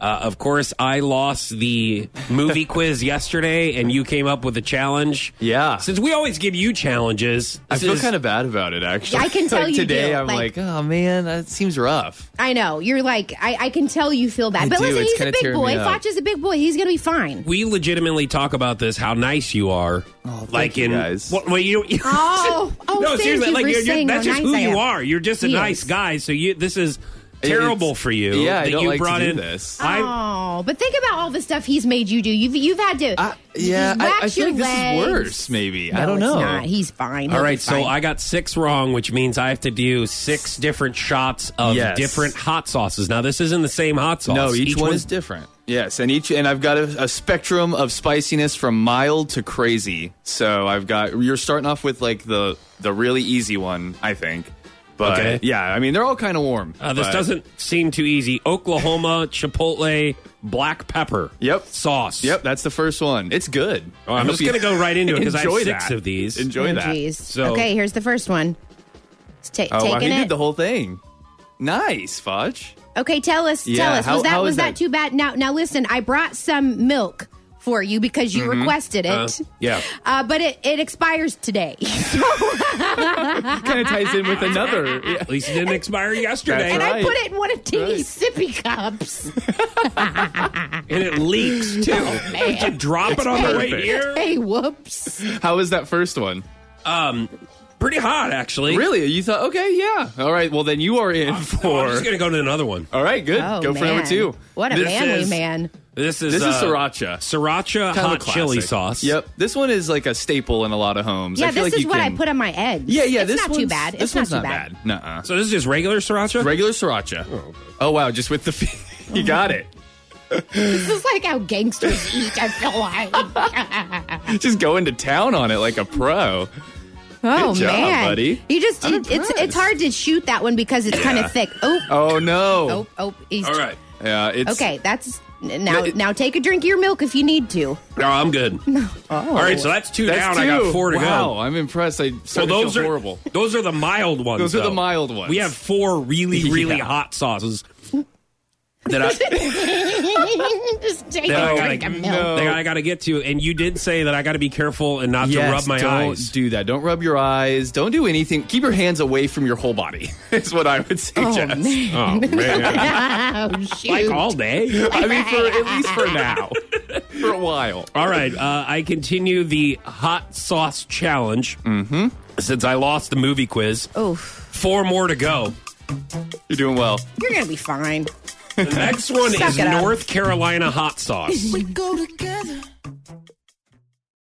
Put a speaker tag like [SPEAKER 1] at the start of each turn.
[SPEAKER 1] Uh, of course, I lost the movie quiz yesterday, and you came up with a challenge.
[SPEAKER 2] Yeah.
[SPEAKER 1] Since we always give you challenges,
[SPEAKER 2] I
[SPEAKER 1] this
[SPEAKER 2] feel
[SPEAKER 1] is-
[SPEAKER 2] kind of bad about it, actually.
[SPEAKER 3] Yeah, I can tell
[SPEAKER 2] like
[SPEAKER 3] you
[SPEAKER 2] today,
[SPEAKER 3] do,
[SPEAKER 2] I'm
[SPEAKER 3] like-
[SPEAKER 2] like, oh man, that seems rough.
[SPEAKER 3] I know. You're like, I, I can tell you feel bad.
[SPEAKER 2] I
[SPEAKER 3] but
[SPEAKER 2] do.
[SPEAKER 3] listen,
[SPEAKER 2] It's
[SPEAKER 3] he's a
[SPEAKER 2] kinda
[SPEAKER 3] big
[SPEAKER 2] tearing
[SPEAKER 3] boy.
[SPEAKER 2] me up.
[SPEAKER 3] Foch is a big boy. He's going to be fine.
[SPEAKER 1] we legitimately talk about this how nice you are.
[SPEAKER 2] Oh, thank
[SPEAKER 1] like
[SPEAKER 2] you,
[SPEAKER 1] in
[SPEAKER 2] guys.
[SPEAKER 1] Well, well, you.
[SPEAKER 3] Oh, oh,
[SPEAKER 1] no,
[SPEAKER 3] thank
[SPEAKER 1] seriously,
[SPEAKER 3] you
[SPEAKER 1] like
[SPEAKER 3] for
[SPEAKER 1] you're, you're,
[SPEAKER 3] saying
[SPEAKER 1] that's
[SPEAKER 3] how
[SPEAKER 1] just
[SPEAKER 3] nice
[SPEAKER 1] who
[SPEAKER 3] I
[SPEAKER 1] you
[SPEAKER 3] am.
[SPEAKER 1] are. You're just a
[SPEAKER 3] Yes.
[SPEAKER 1] nice guy. So you, this is terrible for you.
[SPEAKER 2] yeah, I
[SPEAKER 1] that
[SPEAKER 2] don't
[SPEAKER 1] you
[SPEAKER 2] like to
[SPEAKER 1] brought
[SPEAKER 2] do
[SPEAKER 1] in
[SPEAKER 2] this.
[SPEAKER 1] I,
[SPEAKER 3] Oh, but think about all the stuff he's made you do. You've you've had to
[SPEAKER 2] I, yeah, I,
[SPEAKER 3] wax
[SPEAKER 2] I feel
[SPEAKER 3] your
[SPEAKER 2] like this
[SPEAKER 3] legs.
[SPEAKER 2] is worse. Maybe
[SPEAKER 3] No,
[SPEAKER 2] I don't know.
[SPEAKER 3] It's not. He's fine.
[SPEAKER 1] all
[SPEAKER 3] He'll
[SPEAKER 1] right,
[SPEAKER 3] be
[SPEAKER 1] so
[SPEAKER 3] fine.
[SPEAKER 1] I got six wrong, which means I have to do six different shots of
[SPEAKER 2] Yes.
[SPEAKER 1] different hot sauces. Now, this isn't the same hot sauce.
[SPEAKER 2] no, each, one
[SPEAKER 1] one's
[SPEAKER 2] is different. Yes, and each and I've got a, a spectrum of spiciness from mild to crazy. So I've got you're starting off with like the the really easy one, I think. But
[SPEAKER 1] Okay.
[SPEAKER 2] yeah, I mean they're all kind of warm.
[SPEAKER 1] Uh, this
[SPEAKER 2] but-
[SPEAKER 1] doesn't seem too easy. Oklahoma chipotle black pepper.
[SPEAKER 2] Yep.
[SPEAKER 1] Sauce.
[SPEAKER 2] Yep, that's the first one. It's good.
[SPEAKER 1] All right, I'm
[SPEAKER 2] I
[SPEAKER 1] just
[SPEAKER 2] hope you-
[SPEAKER 1] gonna go right into it 'cause I have
[SPEAKER 2] Enjoy
[SPEAKER 1] six
[SPEAKER 2] that.
[SPEAKER 1] of these.
[SPEAKER 2] Enjoy
[SPEAKER 3] Oh,
[SPEAKER 2] that.
[SPEAKER 3] jeez.
[SPEAKER 1] So-
[SPEAKER 3] okay, here's the first one. It's ta-
[SPEAKER 2] Oh, wow,
[SPEAKER 3] taking
[SPEAKER 2] he
[SPEAKER 3] it.
[SPEAKER 2] did the whole thing. Nice, Fudge.
[SPEAKER 3] okay, tell us.
[SPEAKER 2] Yeah,
[SPEAKER 3] tell us.
[SPEAKER 2] how-
[SPEAKER 3] was that
[SPEAKER 2] how
[SPEAKER 3] was
[SPEAKER 2] is
[SPEAKER 3] that,
[SPEAKER 2] that-
[SPEAKER 3] too bad? Now, now listen. I brought some milk for you because
[SPEAKER 2] Mm-hmm.
[SPEAKER 3] you requested it.
[SPEAKER 1] Uh, yeah.
[SPEAKER 3] Uh, but it, it expires today.
[SPEAKER 2] kind of ties in with another. Yeah.
[SPEAKER 1] At least it didn't expire yesterday,
[SPEAKER 2] That's
[SPEAKER 3] and
[SPEAKER 2] right.
[SPEAKER 3] I put it in one of Tingy's
[SPEAKER 2] Right.
[SPEAKER 3] sippy cups.
[SPEAKER 1] and it leaks too.
[SPEAKER 2] Oh,
[SPEAKER 1] Did you drop it on the way
[SPEAKER 2] Perfect.
[SPEAKER 1] here?
[SPEAKER 3] hey, whoops.
[SPEAKER 2] How was that first one?
[SPEAKER 1] Um, pretty hot actually.
[SPEAKER 2] Really? You thought, okay, yeah. All right, well, then you are in
[SPEAKER 1] Oh,
[SPEAKER 2] for.
[SPEAKER 1] I'm just gonna go to another one.
[SPEAKER 2] All right, good.
[SPEAKER 3] Oh,
[SPEAKER 2] go for number
[SPEAKER 3] man.
[SPEAKER 2] two.
[SPEAKER 3] What a
[SPEAKER 1] This
[SPEAKER 3] manly
[SPEAKER 1] is-
[SPEAKER 3] man.
[SPEAKER 1] This is
[SPEAKER 2] This is
[SPEAKER 1] uh,
[SPEAKER 2] sriracha.
[SPEAKER 1] Sriracha
[SPEAKER 2] Kind of a
[SPEAKER 1] hot chili
[SPEAKER 2] classic.
[SPEAKER 1] sauce.
[SPEAKER 2] Yep. This one is like a staple in a lot of homes. I
[SPEAKER 3] Yeah,
[SPEAKER 2] feel
[SPEAKER 3] this
[SPEAKER 2] like
[SPEAKER 3] is
[SPEAKER 2] you
[SPEAKER 3] what
[SPEAKER 2] can-
[SPEAKER 3] I put on my eggs.
[SPEAKER 2] Yeah, yeah.
[SPEAKER 3] It's
[SPEAKER 2] this
[SPEAKER 3] not
[SPEAKER 2] one's,
[SPEAKER 3] too bad.
[SPEAKER 2] This
[SPEAKER 3] It's
[SPEAKER 2] one's not
[SPEAKER 3] not too bad.
[SPEAKER 2] bad. Nuh-uh.
[SPEAKER 1] So this is just regular sriracha.
[SPEAKER 2] Regular sriracha. Oh, wow, just with the feet. you got it.
[SPEAKER 3] This is like how gangsters eat. I feel like.
[SPEAKER 2] Just going to town on it like a pro.
[SPEAKER 3] oh
[SPEAKER 2] Good job,
[SPEAKER 3] man,
[SPEAKER 2] buddy.
[SPEAKER 3] You just
[SPEAKER 2] I'm
[SPEAKER 3] it, it's it's
[SPEAKER 2] impressed.
[SPEAKER 3] hard to shoot that one because it's kind
[SPEAKER 2] Yeah.
[SPEAKER 3] of thick. Oh,
[SPEAKER 2] Oh no.
[SPEAKER 3] oh, oh. He's,
[SPEAKER 1] All right.
[SPEAKER 2] Yeah, it's
[SPEAKER 3] Okay, that's n- now.
[SPEAKER 2] It-
[SPEAKER 3] now take a drink of your milk if you need to.
[SPEAKER 1] No, I'm good. All right, so that's two
[SPEAKER 2] That's
[SPEAKER 1] down.
[SPEAKER 2] two.
[SPEAKER 1] I got four to
[SPEAKER 2] wow,
[SPEAKER 1] go.
[SPEAKER 2] I'm impressed. I
[SPEAKER 1] Well,
[SPEAKER 2] started to
[SPEAKER 1] those
[SPEAKER 2] feel
[SPEAKER 1] are
[SPEAKER 2] horrible.
[SPEAKER 1] Those are the mild ones.
[SPEAKER 2] Those are the
[SPEAKER 1] though.
[SPEAKER 2] mild ones.
[SPEAKER 1] We have four really, really
[SPEAKER 2] Yeah.
[SPEAKER 1] hot sauces that I that
[SPEAKER 3] just take
[SPEAKER 1] I
[SPEAKER 3] a
[SPEAKER 1] gotta-
[SPEAKER 3] drink of milk.
[SPEAKER 2] no.
[SPEAKER 1] I, got to get to. And you did say that I got to be careful and not to rub my
[SPEAKER 2] don't
[SPEAKER 1] eyes.
[SPEAKER 2] do that. Don't rub your eyes. Don't do anything. Keep your hands away from your whole body. Is what I would
[SPEAKER 3] Oh
[SPEAKER 2] suggest.
[SPEAKER 3] man!
[SPEAKER 1] oh man,
[SPEAKER 3] Oh shoot!
[SPEAKER 1] like all day.
[SPEAKER 2] I mean, for at least for now, for a while.
[SPEAKER 1] All right, uh, I continue the hot sauce challenge. Mm-hmm. Since I lost the movie quiz,
[SPEAKER 3] Oof.
[SPEAKER 1] four more to go.
[SPEAKER 2] You're doing well.
[SPEAKER 3] You're gonna be fine.
[SPEAKER 1] The next one
[SPEAKER 3] Suck
[SPEAKER 1] is
[SPEAKER 3] it up.
[SPEAKER 1] North Carolina hot sauce.
[SPEAKER 4] We go together.